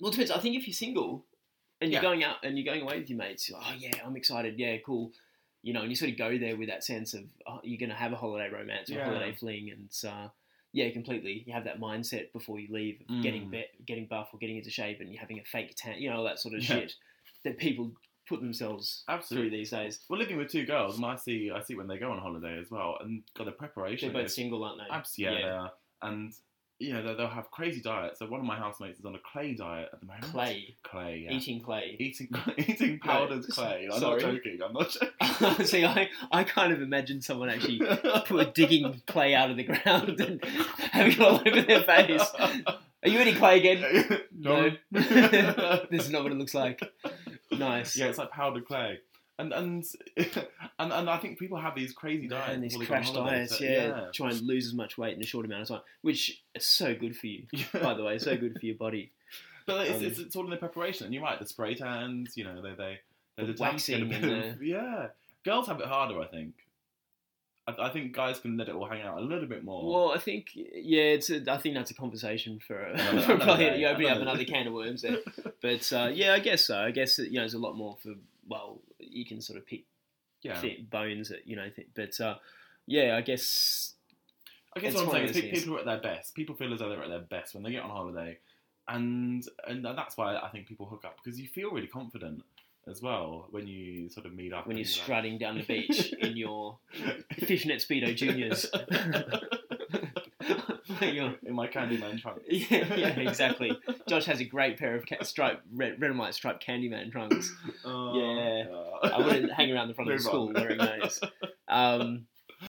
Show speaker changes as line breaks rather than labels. Well, it depends. I think if you're single and you're
Yeah.
going out and you're going away with your mates, you're like, oh yeah, I'm excited. Yeah, cool. You know, and you sort of go there with that sense of oh, you're going to have a holiday romance or a
Yeah.
holiday fling, and it's, uh, yeah, completely. You have that mindset before you leave, of getting
Mm.
be- getting buff or getting into shape, and you're having a fake tan, you know, all that sort of
Yeah.
shit that people put themselves
Absolutely.
through these days.
Well, living with two girls, and I see, I see when they go on holiday as well, and got the preparation.
They're both
is-
single, aren't they?
Abs- yeah,
Yeah.
they are. And you know, they'll, they'll have crazy diets. So one of my housemates is on a clay diet at the moment.
Clay,
clay, yeah.
eating clay.
Eating, eating powdered
Right.
clay. I'm
Sorry.
not joking. I'm not joking.
See, I, I kind of imagine someone actually put digging clay out of the ground and having it all over their face. Are you eating clay again?
no.
This is not what it looks like. Nice.
Yeah, it's like powdered clay. And and and, and I think people have these crazy diets.
And these
before they go on
crash
holiday,
diets,
so-
yeah, Try and lose as much weight in a short amount of time, which is so good for you,
yeah.
by the way. So good for your body.
But it's,
Um,
it's, it's all in the preparation. And you're right, the spray tans, you know, they they they
The
the tans get a
waxing
bit
and
of- yeah. Girls have it harder, I think. I, I think guys can let it all hang out a little bit more.
Well, I think, yeah, it's a, I think that's a conversation for, a,
Another-
for probably
another day,
you're opening up
another-
another can of worms there. But uh, yeah, I guess so. I guess, you know, there's a lot more for, well, you can sort of pick
yeah,
thi- bones that you know. Th- but uh, yeah, I guess
I guess
it's
what I'm
one
saying
of
is
those
pe-
things.
people are at their best. People feel as though they're at their best when they get on holiday, and and that's why I think people hook up because you feel really confident as well when you sort of meet up.
when you're
and
strutting down the beach in your fishnet speedo juniors. Like you're-
in my Candyman trunk.
yeah, yeah, exactly. Josh has a great pair of ca- striped red, red and white striped Candyman trunks.
Oh,
Yeah.
yeah. "Oh,
I wouldn't hang around the front of the
Move
school
on.
wearing those. Um,